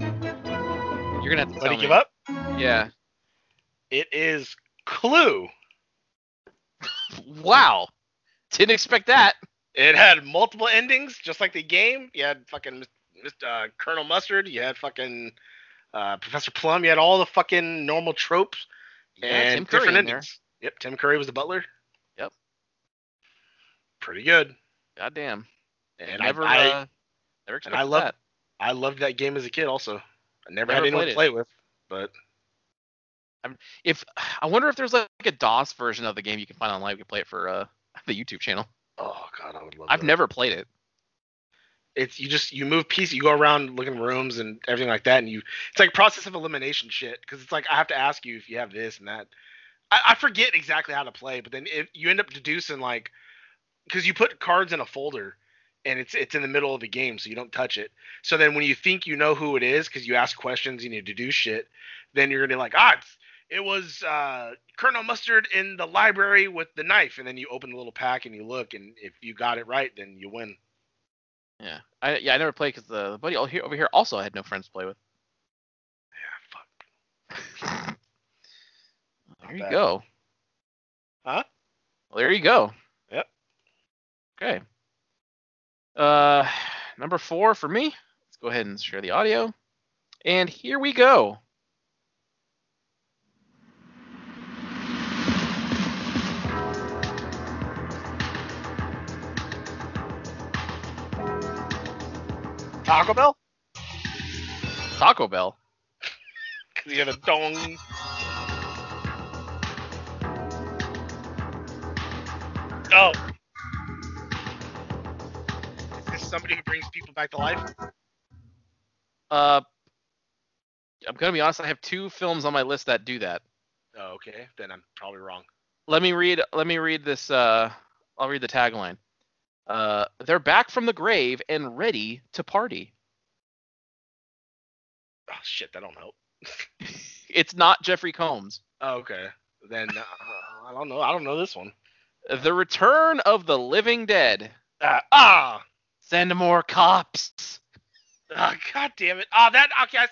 [SPEAKER 4] You're gonna have to
[SPEAKER 3] Buddy,
[SPEAKER 4] tell
[SPEAKER 3] give
[SPEAKER 4] me.
[SPEAKER 3] up.
[SPEAKER 4] Yeah.
[SPEAKER 3] It is Clue.
[SPEAKER 4] Wow. Didn't expect that.
[SPEAKER 3] It had multiple endings, just like the game. You had fucking Mis- Mis- uh, Colonel Mustard. You had fucking uh, Professor Plum. You had all the fucking normal tropes and
[SPEAKER 4] Tim Curry
[SPEAKER 3] different
[SPEAKER 4] in there.
[SPEAKER 3] endings. Yep, Tim Curry was the butler.
[SPEAKER 4] Yep.
[SPEAKER 3] Pretty good.
[SPEAKER 4] God damn.
[SPEAKER 3] And
[SPEAKER 4] never,
[SPEAKER 3] I, I,
[SPEAKER 4] uh, never expected
[SPEAKER 3] I love-
[SPEAKER 4] that.
[SPEAKER 3] I loved that game as a kid. Also, I never,
[SPEAKER 4] Never
[SPEAKER 3] had anyone
[SPEAKER 4] played
[SPEAKER 3] to
[SPEAKER 4] it.
[SPEAKER 3] play with, but
[SPEAKER 4] If I wonder if there's like a DOS version of the game you can find online. You can play it for uh, the YouTube channel.
[SPEAKER 3] oh god, I would love.
[SPEAKER 4] I've
[SPEAKER 3] that.
[SPEAKER 4] never played it.
[SPEAKER 3] It's you just you move pieces. You go around looking rooms and everything like that, and you it's like process of elimination shit. Because it's like I have to ask you if you have this and that. I, I forget exactly how to play, but then if you end up deducing like because you put cards in a folder and it's it's in the middle of the game, so you don't touch it. So then when you think you know who it is because you ask questions and you deduce shit, then you're gonna be like ah. It's, it was uh, Colonel Mustard in the library with the knife, and then you open the little pack and you look, and if you got it right, then you win.
[SPEAKER 4] Yeah. I yeah I never played because the buddy over here, over here also I had no friends to play with.
[SPEAKER 3] fuck.
[SPEAKER 4] there you
[SPEAKER 3] bad.
[SPEAKER 4] go.
[SPEAKER 3] Huh?
[SPEAKER 4] Well, there you go.
[SPEAKER 3] Yep.
[SPEAKER 4] Okay. Uh, number four for me. Let's go ahead and share the audio. And here we go.
[SPEAKER 3] Taco Bell?
[SPEAKER 4] Taco Bell.
[SPEAKER 3] Because you had a dong. Oh. Is this somebody who brings people back to life?
[SPEAKER 4] Uh, I'm gonna be honest. I have two films on my list that do that.
[SPEAKER 3] Oh, okay. Then I'm probably wrong.
[SPEAKER 4] Let me read. Let me read this. Uh, I'll read the tagline. Uh, they're back from the grave and ready to party.
[SPEAKER 3] Oh shit, that don't help.
[SPEAKER 4] It's not Jeffrey Combs.
[SPEAKER 3] Oh, okay. Then uh, I don't know. I don't know this one.
[SPEAKER 4] The Return of the Living Dead.
[SPEAKER 3] Uh, ah.
[SPEAKER 4] Send more cops.
[SPEAKER 3] Ah, God damn it. Ah, that. Okay. I, s-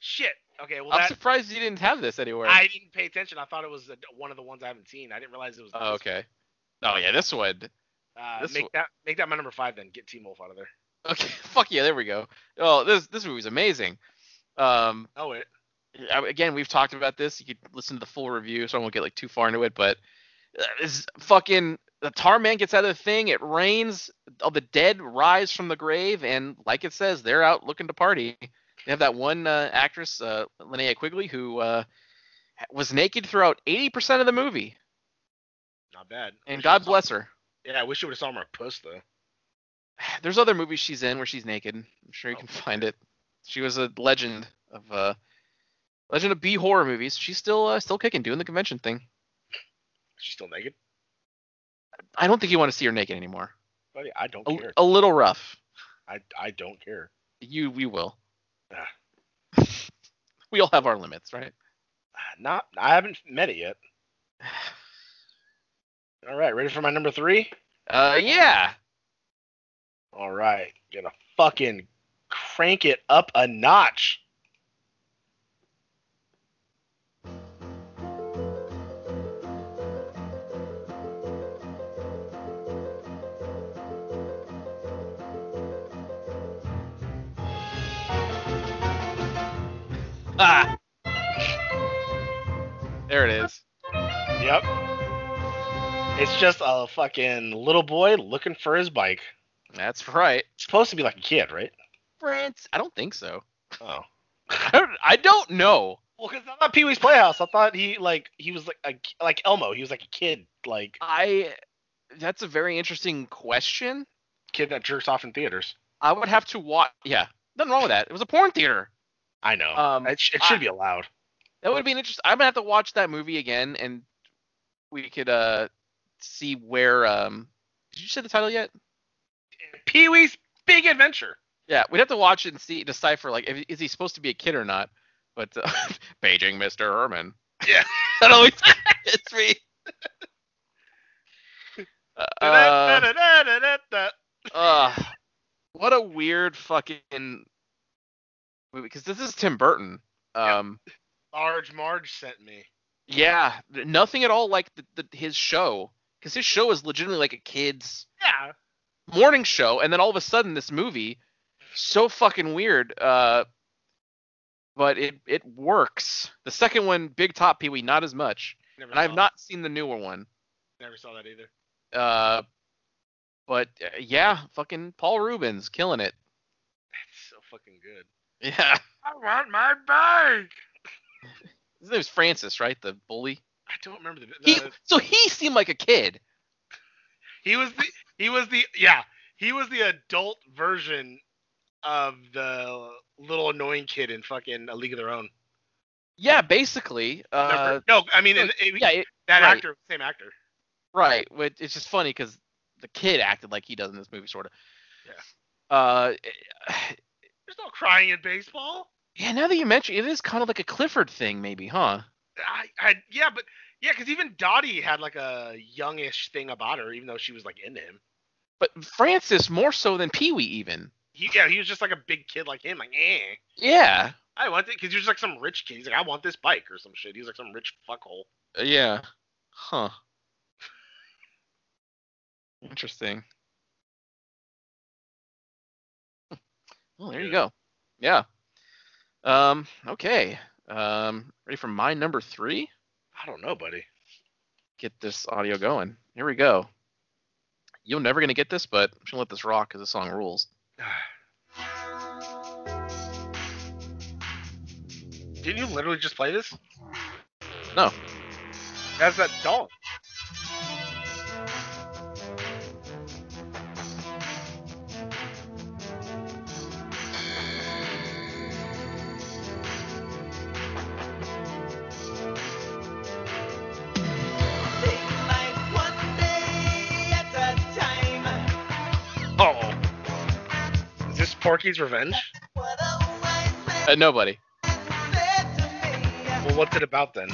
[SPEAKER 3] shit. Okay. Well,
[SPEAKER 4] I'm
[SPEAKER 3] that,
[SPEAKER 4] surprised you didn't have this anywhere.
[SPEAKER 3] I didn't pay attention. I thought it was uh, one of the ones I haven't seen. I didn't realize it was.
[SPEAKER 4] Oh, okay. Oh yeah, this one.
[SPEAKER 3] Uh,
[SPEAKER 4] This
[SPEAKER 3] make
[SPEAKER 4] one-
[SPEAKER 3] that make that my number five. Then get Team Wolf out of there.
[SPEAKER 4] Okay, fuck yeah, there we go. Oh, this this movie's amazing. Um,
[SPEAKER 3] Oh wait.
[SPEAKER 4] I- again, we've talked about this. You could listen to the full review, so I won't get like too far into it. But uh, this fucking the tar man gets out of the thing. It rains. All the dead rise from the grave, and like it says, they're out looking to party. They have that one uh, actress, uh, Linnea Quigley, who uh, was naked throughout 80% of the movie,
[SPEAKER 3] Not bad.
[SPEAKER 4] and
[SPEAKER 3] Wish
[SPEAKER 4] God
[SPEAKER 3] you would've
[SPEAKER 4] bless her.
[SPEAKER 3] saw- Yeah, I wish you would have saw my puss though.
[SPEAKER 4] There's other movies she's in where she's naked. I'm sure you can find it. She was a legend of uh, legend of B horror movies. She's still uh, still kicking, doing the convention thing.
[SPEAKER 3] She's still naked.
[SPEAKER 4] I don't think you want to see her naked anymore.
[SPEAKER 3] Buddy, I don't
[SPEAKER 4] A,
[SPEAKER 3] care.
[SPEAKER 4] a little rough.
[SPEAKER 3] I I don't care.
[SPEAKER 4] You we will.
[SPEAKER 3] Ah.
[SPEAKER 4] we all have our limits, right?
[SPEAKER 3] Not. I haven't met it yet. All right. Ready for my number three?
[SPEAKER 4] Uh, yeah.
[SPEAKER 3] All right. Gonna fucking crank it up a notch.
[SPEAKER 4] Ah. There it is.
[SPEAKER 3] Yep. It's just a fucking little boy looking for his bike.
[SPEAKER 4] That's right.
[SPEAKER 3] It's supposed to be like a kid, right?
[SPEAKER 4] France. I don't think so.
[SPEAKER 3] Oh.
[SPEAKER 4] I don't, I don't know.
[SPEAKER 3] Well, because I thought Pee Wee's Playhouse. I thought he like he was like a, like Elmo. He was like a kid, like
[SPEAKER 4] I. That's a very interesting question.
[SPEAKER 3] kid that jerks off in theaters.
[SPEAKER 4] I would have to watch. Yeah, nothing wrong with that. It was a porn theater.
[SPEAKER 3] I know.
[SPEAKER 4] Um,
[SPEAKER 3] it, sh- it should
[SPEAKER 4] I-
[SPEAKER 3] be allowed.
[SPEAKER 4] That would be an interesting. I'm gonna have to watch that movie again, and we could uh see where. um Did you say the title yet?
[SPEAKER 3] Pee Wee's Big Adventure.
[SPEAKER 4] Yeah, we'd have to watch it and see decipher like if, is he supposed to be a kid or not. But uh, paging Mr. Herman.
[SPEAKER 3] Yeah.
[SPEAKER 4] that always gets me. Uh,
[SPEAKER 3] Da-da-da-da-da-da-da.
[SPEAKER 4] uh, what a weird fucking movie because this is Tim Burton. Um,
[SPEAKER 3] Large Marge sent me.
[SPEAKER 4] yeah, th- nothing at all like the, the, his show because his show is legitimately like a kid's
[SPEAKER 3] Yeah.
[SPEAKER 4] morning show, and then all of a sudden this movie, so fucking weird. Uh, but it it works. The second one, Big Top Pee Wee, not as much,
[SPEAKER 3] Never
[SPEAKER 4] and I've
[SPEAKER 3] saw-
[SPEAKER 4] not seen the newer one.
[SPEAKER 3] never saw that either.
[SPEAKER 4] Uh, but uh, yeah, fucking Paul Rubens killing it.
[SPEAKER 3] That's so fucking good.
[SPEAKER 4] Yeah,
[SPEAKER 3] I want my bike.
[SPEAKER 4] his name's Francis, right? The bully.
[SPEAKER 3] I don't remember the.
[SPEAKER 4] He,
[SPEAKER 3] the-
[SPEAKER 4] so he seemed like a kid.
[SPEAKER 3] he was the. He was the. Yeah. He was the adult version of the little annoying kid in fucking A League of Their Own.
[SPEAKER 4] Yeah, basically. Uh,
[SPEAKER 3] no, I mean,
[SPEAKER 4] no,
[SPEAKER 3] and it-
[SPEAKER 4] yeah, it,
[SPEAKER 3] that
[SPEAKER 4] right.
[SPEAKER 3] actor, same actor.
[SPEAKER 4] right. But it's just funny because the kid acted like he does in this movie, sort of. Yeah. Uh,
[SPEAKER 3] There's no crying in baseball.
[SPEAKER 4] Yeah, now that you mention it, it is kind of like a Clifford thing, maybe, huh?
[SPEAKER 3] I, I yeah, but yeah, because even Dottie had like a youngish thing about her, even though she was like into him.
[SPEAKER 4] But Francis more so than Pee Wee, even.
[SPEAKER 3] He, yeah, he was just like a big kid like him, like eh.
[SPEAKER 4] Yeah,
[SPEAKER 3] I want it because he was like some rich kid. He's like, I want this bike or some shit. He's like some rich fuckhole.
[SPEAKER 4] yeah, huh? Interesting. Hmm. Well, there you go. Yeah. Um. Okay. Um. Ready for my number three?
[SPEAKER 3] I don't know, buddy.
[SPEAKER 4] Get this audio going. Here we go. You're never gonna get this, but I'm just gonna let this rock because the song rules.
[SPEAKER 3] Didn't you literally just play this?
[SPEAKER 4] No.
[SPEAKER 3] That's that doll. Porky's Revenge?
[SPEAKER 4] Uh, nobody.
[SPEAKER 3] Well, what's it about then?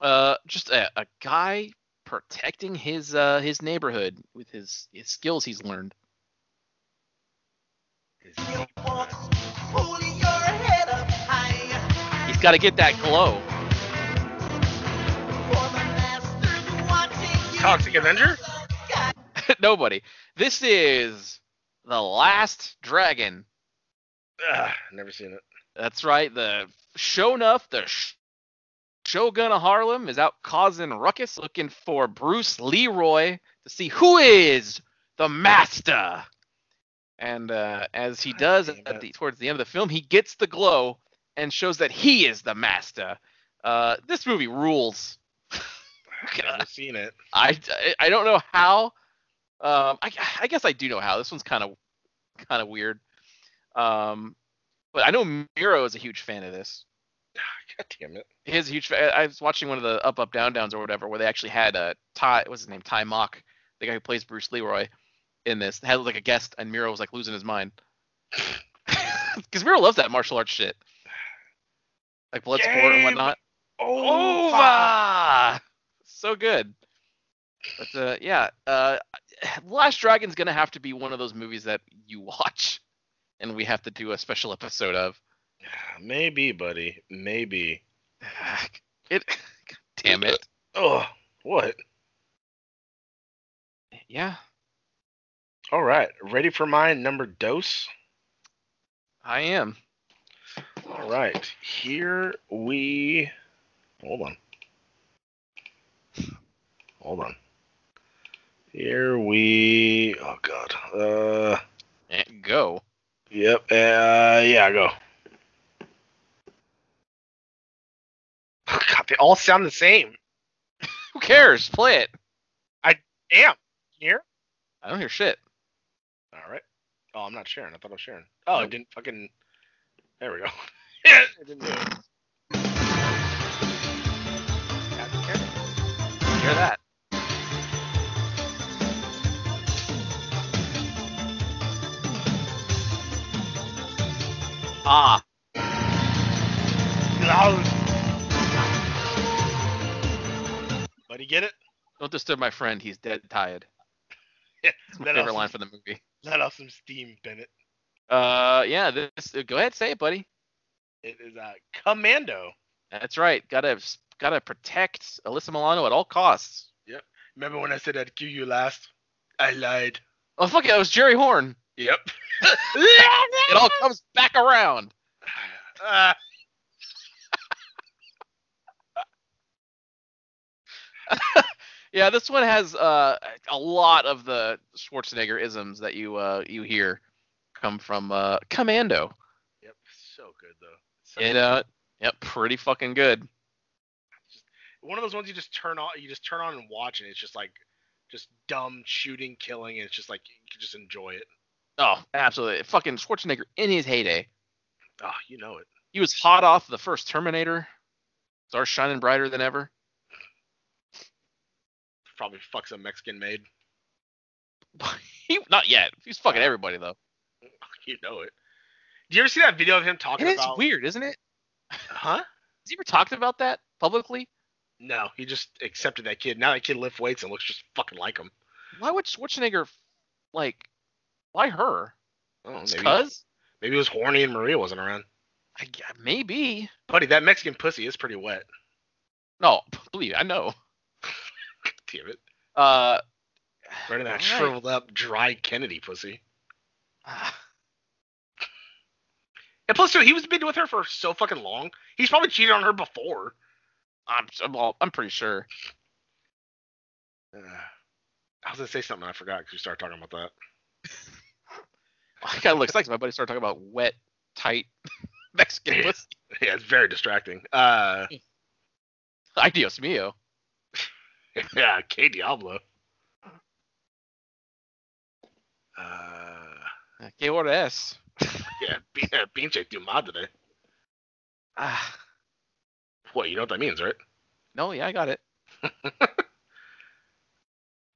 [SPEAKER 4] Uh, just a, a guy protecting his uh his neighborhood with his his skills he's learned. He's got to get that glow.
[SPEAKER 3] Toxic Avenger?
[SPEAKER 4] nobody. This is the last dragon.
[SPEAKER 3] Ugh, never seen it.
[SPEAKER 4] That's right. The show enough the sh- Shogun of Harlem is out causing ruckus, looking for Bruce Leroy to see who is the master. And uh, as he does
[SPEAKER 3] damn
[SPEAKER 4] at
[SPEAKER 3] it.
[SPEAKER 4] the, towards the end of the film, he gets the glow and shows that he is the master. Uh, this movie rules.
[SPEAKER 3] Never seen it.
[SPEAKER 4] I, I- I don't know how. Um, I, I guess I do know how. This one's kind of kind of weird. Um, but I know Miro is a huge fan of this.
[SPEAKER 3] God damn it.
[SPEAKER 4] He is a huge. Fan. I was watching one of the Up Up Down Downs or whatever, where they actually had uh, Ty. What's his name? Ty Mock, the guy who plays Bruce Leroy in this, had like a guest, and Miro was like losing his mind because Miro loves that martial arts shit, like blood sport and
[SPEAKER 3] Game
[SPEAKER 4] whatnot.
[SPEAKER 3] Oh,
[SPEAKER 4] Over. So good. But uh, yeah, uh, Last Dragon's gonna have to be one of those movies that you watch, and we have to do a special episode of.
[SPEAKER 3] Ah, Maybe, buddy. Maybe.
[SPEAKER 4] It. Damn it.
[SPEAKER 3] Oh, what?
[SPEAKER 4] Yeah,
[SPEAKER 3] All right. Ready for my number dose?
[SPEAKER 4] I am.
[SPEAKER 3] All right. Here we. Hold on. Hold on. Here we. Oh, God. Uh.
[SPEAKER 4] Eh, Go.
[SPEAKER 3] Yep. Uh, yeah, go. God, they all sound the same.
[SPEAKER 4] Who cares? Play it.
[SPEAKER 3] Damn. Here.
[SPEAKER 4] I don't hear shit.
[SPEAKER 3] All right. Oh, I'm not sharing. I thought I was sharing. Oh, I
[SPEAKER 4] Nope.
[SPEAKER 3] didn't fucking. There we go. yeah, I didn't do it.
[SPEAKER 4] Hear that? Ah,
[SPEAKER 3] Buddy, get it?
[SPEAKER 4] don't disturb my friend. He's dead tired. That's my
[SPEAKER 3] Let
[SPEAKER 4] favorite
[SPEAKER 3] off-
[SPEAKER 4] line from the movie.
[SPEAKER 3] Let off some steam, Bennett.
[SPEAKER 4] Uh, yeah. This. Go ahead, say it, buddy.
[SPEAKER 3] It is uh, Commando.
[SPEAKER 4] That's right. Gotta gotta protect Alyssa Milano at all costs.
[SPEAKER 3] Remember when I said I'd kill you last? I lied.
[SPEAKER 4] Oh fuck it, that was Jerry Horn.
[SPEAKER 3] Yep.
[SPEAKER 4] It all comes back around.
[SPEAKER 3] Ah,
[SPEAKER 4] Yeah, this one has uh, a lot of the Schwarzenegger isms that you uh, you hear come from uh, Commando.
[SPEAKER 3] yep. So good though. So
[SPEAKER 4] It uh, yep, pretty fucking good.
[SPEAKER 3] one of those ones you just turn on you just turn on and watch and it's just like just dumb shooting killing and it's just like you can just enjoy it
[SPEAKER 4] Oh, absolutely. Fucking Schwarzenegger in his heyday.
[SPEAKER 3] oh you know it
[SPEAKER 4] He was hot off the first Terminator. Stars shining brighter than ever.
[SPEAKER 3] probably fuck some mexican maid
[SPEAKER 4] he not yet. He's fucking everybody though.
[SPEAKER 3] you know it do you ever see that video of him talking
[SPEAKER 4] It is
[SPEAKER 3] about
[SPEAKER 4] weird, isn't it?
[SPEAKER 3] huh
[SPEAKER 4] Has he ever talked about that publicly?
[SPEAKER 3] no he just accepted that kid now that kid lifts weights and looks just fucking like him
[SPEAKER 4] Why would Schwarzenegger like why her?
[SPEAKER 3] oh maybe,
[SPEAKER 4] Because
[SPEAKER 3] maybe he was horny and maria wasn't around
[SPEAKER 4] maybe.
[SPEAKER 3] buddy that mexican pussy is pretty wet
[SPEAKER 4] No, believe it, I know.
[SPEAKER 3] damn it
[SPEAKER 4] Uh,
[SPEAKER 3] right in that
[SPEAKER 4] Alright.
[SPEAKER 3] shriveled up dry kennedy pussy and plus too he was been with her for so fucking long he's probably cheated on her before
[SPEAKER 4] I'm I'm, all, I'm pretty sure.
[SPEAKER 3] Uh, I was gonna say something I forgot because we started talking about that.
[SPEAKER 4] It kind of looks like my buddy started talking about wet, tight Mexican pussy.
[SPEAKER 3] Yeah, it's very distracting. Uh,
[SPEAKER 4] Ay, Dios mío.
[SPEAKER 3] yeah, K Diablo. Uh,
[SPEAKER 4] Que hora es?
[SPEAKER 3] yeah, p- yeah, pinche tu madre.
[SPEAKER 4] Ah,
[SPEAKER 3] What you know what that means, right?
[SPEAKER 4] no, yeah, I got it.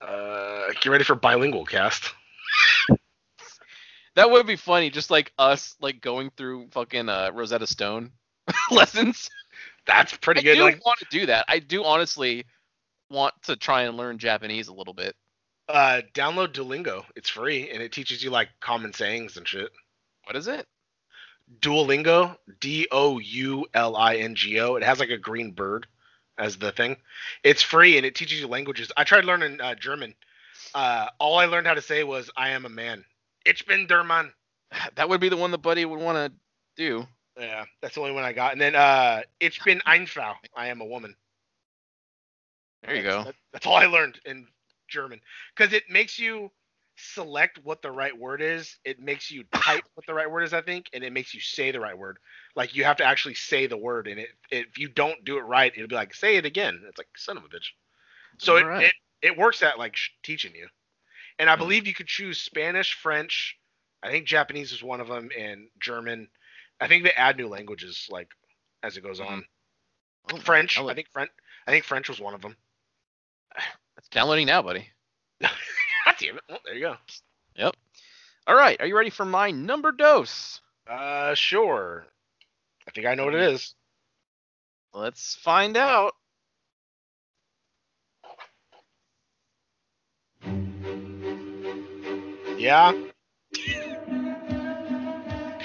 [SPEAKER 3] Uh, get ready for bilingual cast.
[SPEAKER 4] That would be funny, just like us like going through fucking uh, Rosetta Stone lessons.
[SPEAKER 3] That's pretty good.
[SPEAKER 4] I do
[SPEAKER 3] Like,
[SPEAKER 4] want to do that. I do honestly want to try and learn Japanese a little bit.
[SPEAKER 3] uh, download Duolingo. It's free and it teaches you like common sayings and shit.
[SPEAKER 4] What is it?
[SPEAKER 3] Duolingo, D O U L I N G O. It has like a green bird as the thing. It's free and it teaches you languages. I tried learning uh, German. Uh, all I learned how to say was "I am a man." Ich bin der Mann.
[SPEAKER 4] That would be the one the buddy would want to do.
[SPEAKER 3] Yeah, that's the only one I got. And then uh, "Ich bin ein Frau." I am a woman.
[SPEAKER 4] There you
[SPEAKER 3] That's-
[SPEAKER 4] go.
[SPEAKER 3] that- that's all I learned in German because it makes you select what the right word is. It makes you type what the right word is, I think, and it makes you say the right word. Like you have to actually say the word, and it, if you don't do it right, it'll be like say it again. It's like son of a bitch. So it,
[SPEAKER 4] Alright.
[SPEAKER 3] it it works at like sh- teaching you, and I
[SPEAKER 4] Hmm.
[SPEAKER 3] believe you could choose Spanish, French. I think Japanese is one of them, and German. I think they add new languages like as it goes
[SPEAKER 4] Mhm.
[SPEAKER 3] on.
[SPEAKER 4] Oh,
[SPEAKER 3] French,
[SPEAKER 4] download-
[SPEAKER 3] I think French. I think French was one of them.
[SPEAKER 4] it's downloading now, buddy.
[SPEAKER 3] God damn it. Well, there you go.
[SPEAKER 4] All right, are you ready for my number dose?
[SPEAKER 3] Uh, sure. I think I know what it is.
[SPEAKER 4] Let's find out.
[SPEAKER 3] Yeah.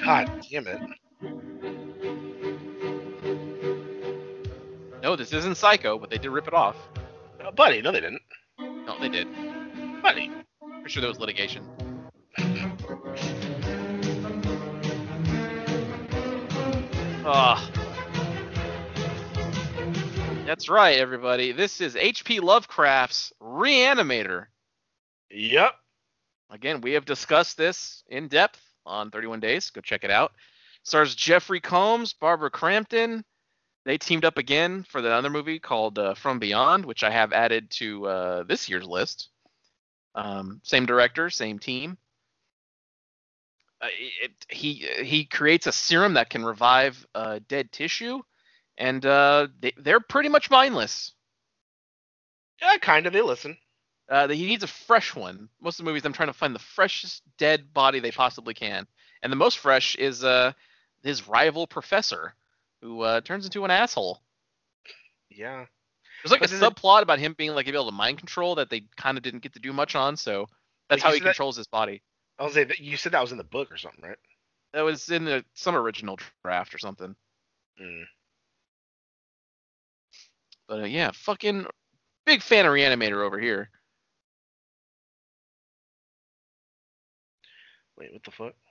[SPEAKER 3] God damn it.
[SPEAKER 4] No, this isn't Psycho, but they did rip it off.
[SPEAKER 3] Uh, buddy, no, they didn't.
[SPEAKER 4] No, they did.
[SPEAKER 3] Buddy.
[SPEAKER 4] Pretty sure there was litigation. Ah. That's right, everybody. This is H.P. Lovecraft's Reanimator.
[SPEAKER 3] Yep.
[SPEAKER 4] Again, we have discussed this in depth on 31 Days. Go check it out. Stars Jeffrey Combs, Barbara Crampton. They teamed up again for the other movie called uh, From Beyond, which I have added to uh, this year's list. Um, same director, same team. Uh, it, he he creates a serum that can revive uh, dead tissue, and uh, they, they're pretty much mindless.
[SPEAKER 3] Yeah, kind of. They listen.
[SPEAKER 4] Uh, he needs a fresh one. Most of the movies, I'm trying to find the freshest dead body they possibly can, and the most fresh is uh, his rival professor, who uh, turns into an asshole.
[SPEAKER 3] Yeah.
[SPEAKER 4] There's like
[SPEAKER 3] But
[SPEAKER 4] a
[SPEAKER 3] then it-
[SPEAKER 4] subplot about him being like able to mind control that they kind of didn't get to do much on, so that's
[SPEAKER 3] Like,
[SPEAKER 4] how
[SPEAKER 3] you
[SPEAKER 4] he
[SPEAKER 3] said that-
[SPEAKER 4] controls his body.
[SPEAKER 3] I was say that you said that was in the book or something, right?
[SPEAKER 4] That was in the, some original draft or something.
[SPEAKER 3] Mm.
[SPEAKER 4] But uh, yeah, fucking big fan of Reanimator over here.
[SPEAKER 3] Wait, what the fuck?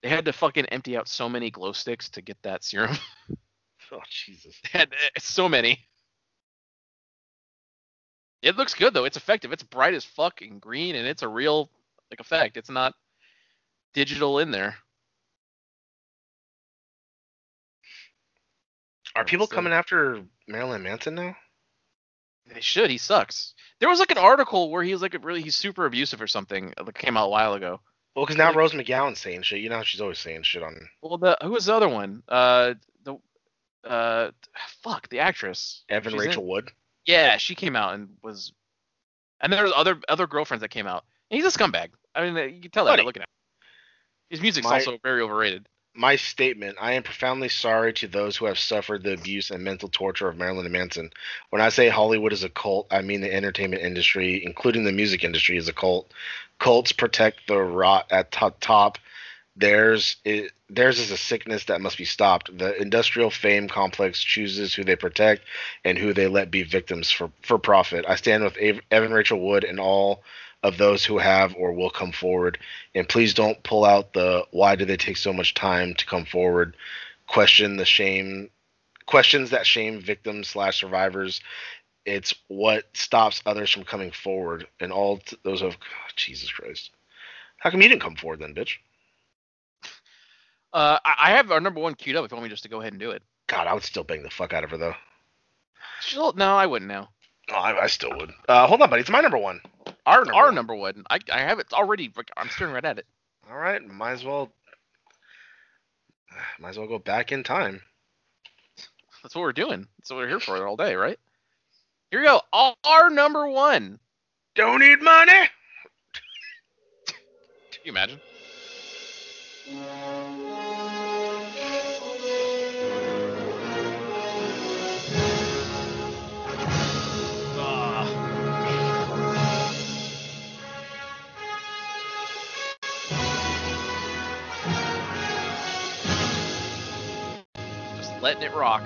[SPEAKER 4] They had to fucking empty out so many glow sticks to get that serum.
[SPEAKER 3] Oh Jesus.
[SPEAKER 4] had uh, so many. It looks good though. It's effective. It's bright as fuck and green, and it's a real like effect. It's not digital in there.
[SPEAKER 3] Are people
[SPEAKER 4] So-
[SPEAKER 3] coming after Marilyn Manson now?
[SPEAKER 4] They should. He sucks. There was like an article where he was like really he's super abusive or something. uh, That came out a while ago.
[SPEAKER 3] Well, because now
[SPEAKER 4] Like-
[SPEAKER 3] Rose McGowan's saying shit. You know how she's always saying shit on.
[SPEAKER 4] Well, the who was the other one? Uh, the uh, fuck the actress.
[SPEAKER 3] Evan
[SPEAKER 4] She's in-
[SPEAKER 3] Rachel Wood.
[SPEAKER 4] Yeah, she came out and was, and there was other other girlfriends that came out. And he's a scumbag. I mean, uh, you can tell that by
[SPEAKER 3] Buddy.
[SPEAKER 4] looking at him. His music's
[SPEAKER 3] My-
[SPEAKER 4] also very overrated.
[SPEAKER 3] my statement I am profoundly sorry to those who have suffered the abuse and mental torture of Marilyn Manson. When I say Hollywood is a cult, I mean the entertainment industry, including the music industry, is a cult. Cults protect the rot at the top. Theirs is, theirs is a sickness that must be stopped. The industrial fame complex chooses who they protect and who they let be victims for, for profit. I stand with Av- Evan Rachel Wood and all of those who have or will come forward and please don't pull out the why do they take so much time to come forward question the shame questions that shame victims slash survivors it's what stops others from coming forward and all t- those of jesus christ how come you didn't come forward then bitch
[SPEAKER 4] Uh, I, I have our number one queued up. If you want me just to go ahead and do it.
[SPEAKER 3] god i would still bang the fuck out of her though
[SPEAKER 4] She'll- no, I wouldn't now.
[SPEAKER 3] no i, I still would uh, hold on buddy it's my number one our
[SPEAKER 4] our
[SPEAKER 3] one.
[SPEAKER 4] number one. I, I have it already. like, I'm staring right at it.
[SPEAKER 3] all right might as well might as well go back in time
[SPEAKER 4] That's what we're doing. That's what we're here for all day, right? Here we go. Our, our number one.
[SPEAKER 3] don't need money
[SPEAKER 4] Can you imagine? Ah. Just letting it rock.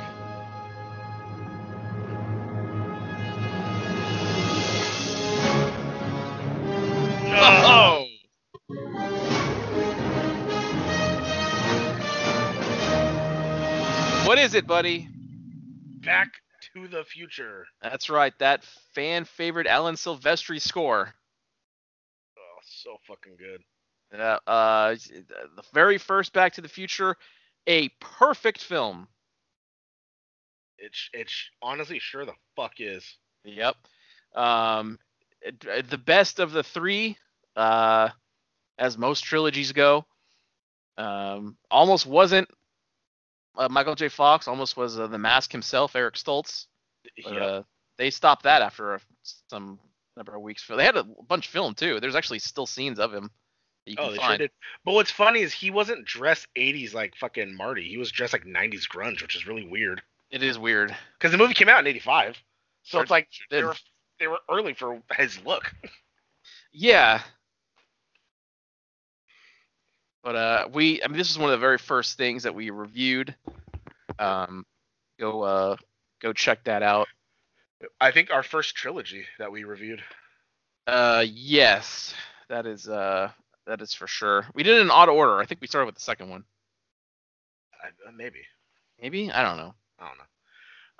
[SPEAKER 3] Oh.
[SPEAKER 4] What is it, buddy?
[SPEAKER 3] Back to the Future.
[SPEAKER 4] That's right, that fan favorite Alan Silvestri score.
[SPEAKER 3] Oh, so fucking good.
[SPEAKER 4] Uh, uh, the very first Back to the Future, a perfect film.
[SPEAKER 3] It sh- it sh- honestly sure the fuck is.
[SPEAKER 4] Yep. Um, it- the best of the three, uh, as most trilogies go. Um, almost wasn't uh, Michael J. Fox. Almost was uh, the Mask himself, Eric Stoltz. But,
[SPEAKER 3] Yep.
[SPEAKER 4] uh, they stopped that after a, some number of weeks. They had a bunch of film too. There's actually still scenes of him. That you can
[SPEAKER 3] oh, they sure
[SPEAKER 4] find.
[SPEAKER 3] did. But what's funny is he wasn't dressed 80s like fucking Marty. He was dressed like 90s grunge, which is really weird.
[SPEAKER 4] It is weird.
[SPEAKER 3] Because the movie came out in 85. So
[SPEAKER 4] Sure-
[SPEAKER 3] it's like
[SPEAKER 4] sure
[SPEAKER 3] they
[SPEAKER 4] did.
[SPEAKER 3] were, they were early for his look.
[SPEAKER 4] Yeah. But uh, we, I mean, this is one of the very first things that we reviewed. Um, go, uh, go check that out.
[SPEAKER 3] I think our first trilogy that we reviewed.
[SPEAKER 4] Uh, yes, that is, uh, that is for sure. We did it in odd order. I think we started with the second one.
[SPEAKER 3] I, uh, maybe.
[SPEAKER 4] Maybe I don't know.
[SPEAKER 3] I don't know.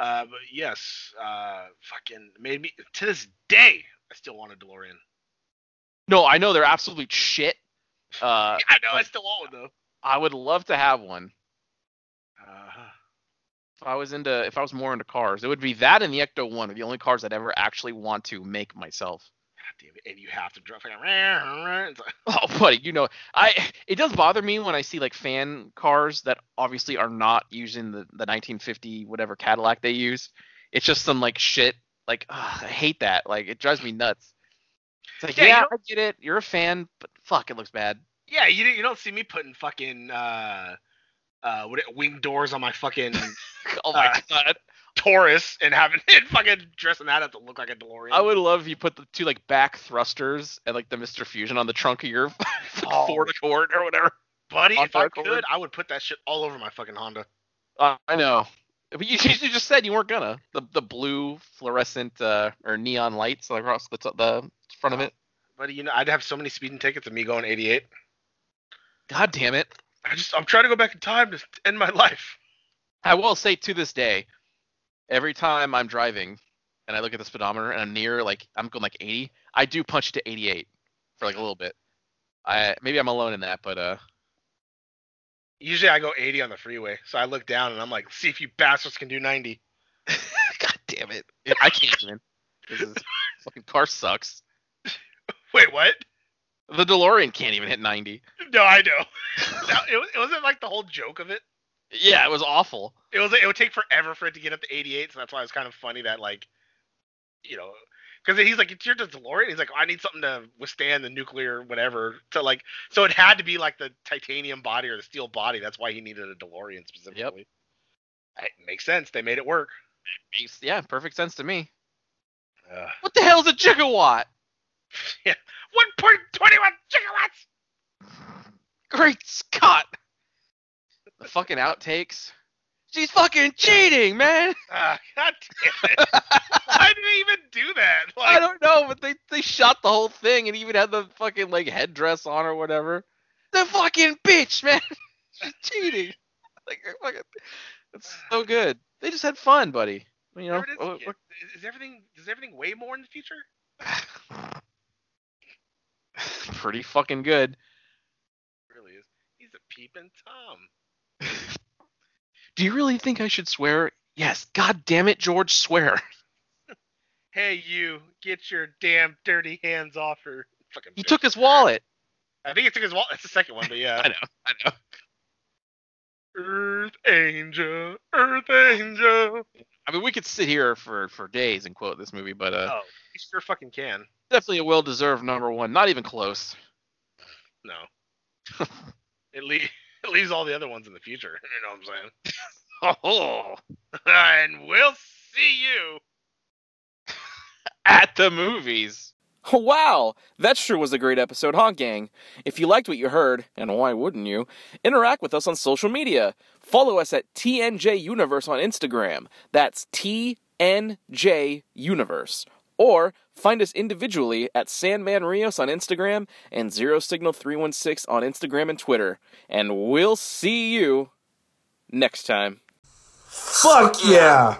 [SPEAKER 3] Uh, but yes, uh, fucking made me. To this day, I still want a DeLorean.
[SPEAKER 4] No, I know they're absolute shit. Uh,
[SPEAKER 3] I know, I still want one though.
[SPEAKER 4] I would love to have one.
[SPEAKER 3] Uh,
[SPEAKER 4] If I was into, if I was more into cars, it would be that and the Ecto One are the only cars I'd ever actually want to make myself.
[SPEAKER 3] God damn it. And you have to drive. Fucking, it's like,
[SPEAKER 4] Oh, buddy, you know, I it does bother me when I see like fan cars that obviously are not using the the 1950 whatever Cadillac they use. It's just some like shit. Like ugh, I hate that. Like it drives me nuts. It's like
[SPEAKER 3] Yeah,
[SPEAKER 4] yeah,
[SPEAKER 3] you don't-
[SPEAKER 4] I get it. You're a fan, but fuck, it looks bad.
[SPEAKER 3] yeah, you, you don't see me putting fucking uh, uh, what, it- wing doors on my fucking
[SPEAKER 4] Oh my
[SPEAKER 3] Uh,
[SPEAKER 4] god,
[SPEAKER 3] Taurus and having it fucking dressing that up to look like a DeLorean.
[SPEAKER 4] I would love if you put the two like back thrusters and like the Mister Fusion on the trunk of your
[SPEAKER 3] Oh.
[SPEAKER 4] Ford Accord or whatever.
[SPEAKER 3] buddy.
[SPEAKER 4] on
[SPEAKER 3] If I
[SPEAKER 4] dark
[SPEAKER 3] could,
[SPEAKER 4] orange.
[SPEAKER 3] I would put that shit all over my fucking Honda.
[SPEAKER 4] Uh, I know. But you, you just said you weren't gonna. The the blue fluorescent uh, or neon lights across the, t- the front of it.
[SPEAKER 3] Buddy, you know, I'd have so many speeding tickets of me going 88.
[SPEAKER 4] God damn it!
[SPEAKER 3] I just, I'm trying to go back in time to end my life.
[SPEAKER 4] I will say to this day, every time I'm driving and I look at the speedometer and I'm near like I'm going like 80, I do punch it to 88 for like a little bit. I maybe I'm alone in that, but uh,
[SPEAKER 3] Usually I go 80 on the freeway, so I look down and I'm like, see if you bastards can do 90.
[SPEAKER 4] God damn it, I can't even. This is, fucking car sucks.
[SPEAKER 3] Wait, what?
[SPEAKER 4] The DeLorean can't even hit 90.
[SPEAKER 3] No, I know. That- it, was- it wasn't like the whole joke of it.
[SPEAKER 4] Yeah, it was awful.
[SPEAKER 3] It was. It would take forever for it to get up to 88, so that's why it was kind of funny that like, you know, because he's like, it's your DeLorean. He's like, "Oh, I need something to withstand the nuclear whatever. So like, so it had to be like the titanium body or the steel body. That's why he needed a DeLorean specifically. It makes sense. They made it work.
[SPEAKER 4] Yeah, perfect sense to me.
[SPEAKER 3] Uh,
[SPEAKER 4] What the hell's a gigawatt?
[SPEAKER 3] 1.21 gigawatts.
[SPEAKER 4] Great Scott! The fucking outtakes. She's fucking cheating, man.
[SPEAKER 3] Ah, God damn it! why did they even do that?
[SPEAKER 4] I
[SPEAKER 3] Like,
[SPEAKER 4] don't know, but they they shot the whole thing and even had the fucking like headdress on or whatever. The fucking bitch, man. She's cheating. Like I fucking, it's so good. They just had fun, buddy. You know. Oh,
[SPEAKER 3] There it is
[SPEAKER 4] what-
[SPEAKER 3] again. Is- is everything? Does everything weigh more in the future?
[SPEAKER 4] what- Pretty fucking good.
[SPEAKER 3] It really is. He's a peeping tom.
[SPEAKER 4] Do you really think I should swear? Yes. God damn it, George, swear.
[SPEAKER 3] Hey, you, get your damn dirty hands off her. Fucking
[SPEAKER 4] He
[SPEAKER 3] bitch.
[SPEAKER 4] took his wallet.
[SPEAKER 3] I think he took his wallet. That's the second one, but yeah.
[SPEAKER 4] I know. I know.
[SPEAKER 3] Earth Angel, Earth Angel.
[SPEAKER 4] I mean, we could sit here for for days and quote this movie, but uh,
[SPEAKER 3] Oh, he sure fucking can.
[SPEAKER 4] definitely a well-deserved number one. Not even close.
[SPEAKER 3] No. It, le- it leaves all the other ones in the future. You know what I'm saying? oh, and we'll see you.
[SPEAKER 6] At the movies.
[SPEAKER 4] Wow, that sure was a great episode, huh, gang? If you liked what you heard, and why wouldn't you, interact with us on social media. Follow us at TNJ Universe on Instagram. That's TNJ Universe. Or find us individually at Sandman Rios on Instagram and Zero Signal 316 on Instagram and Twitter. And we'll see you next time.
[SPEAKER 2] Fuck yeah!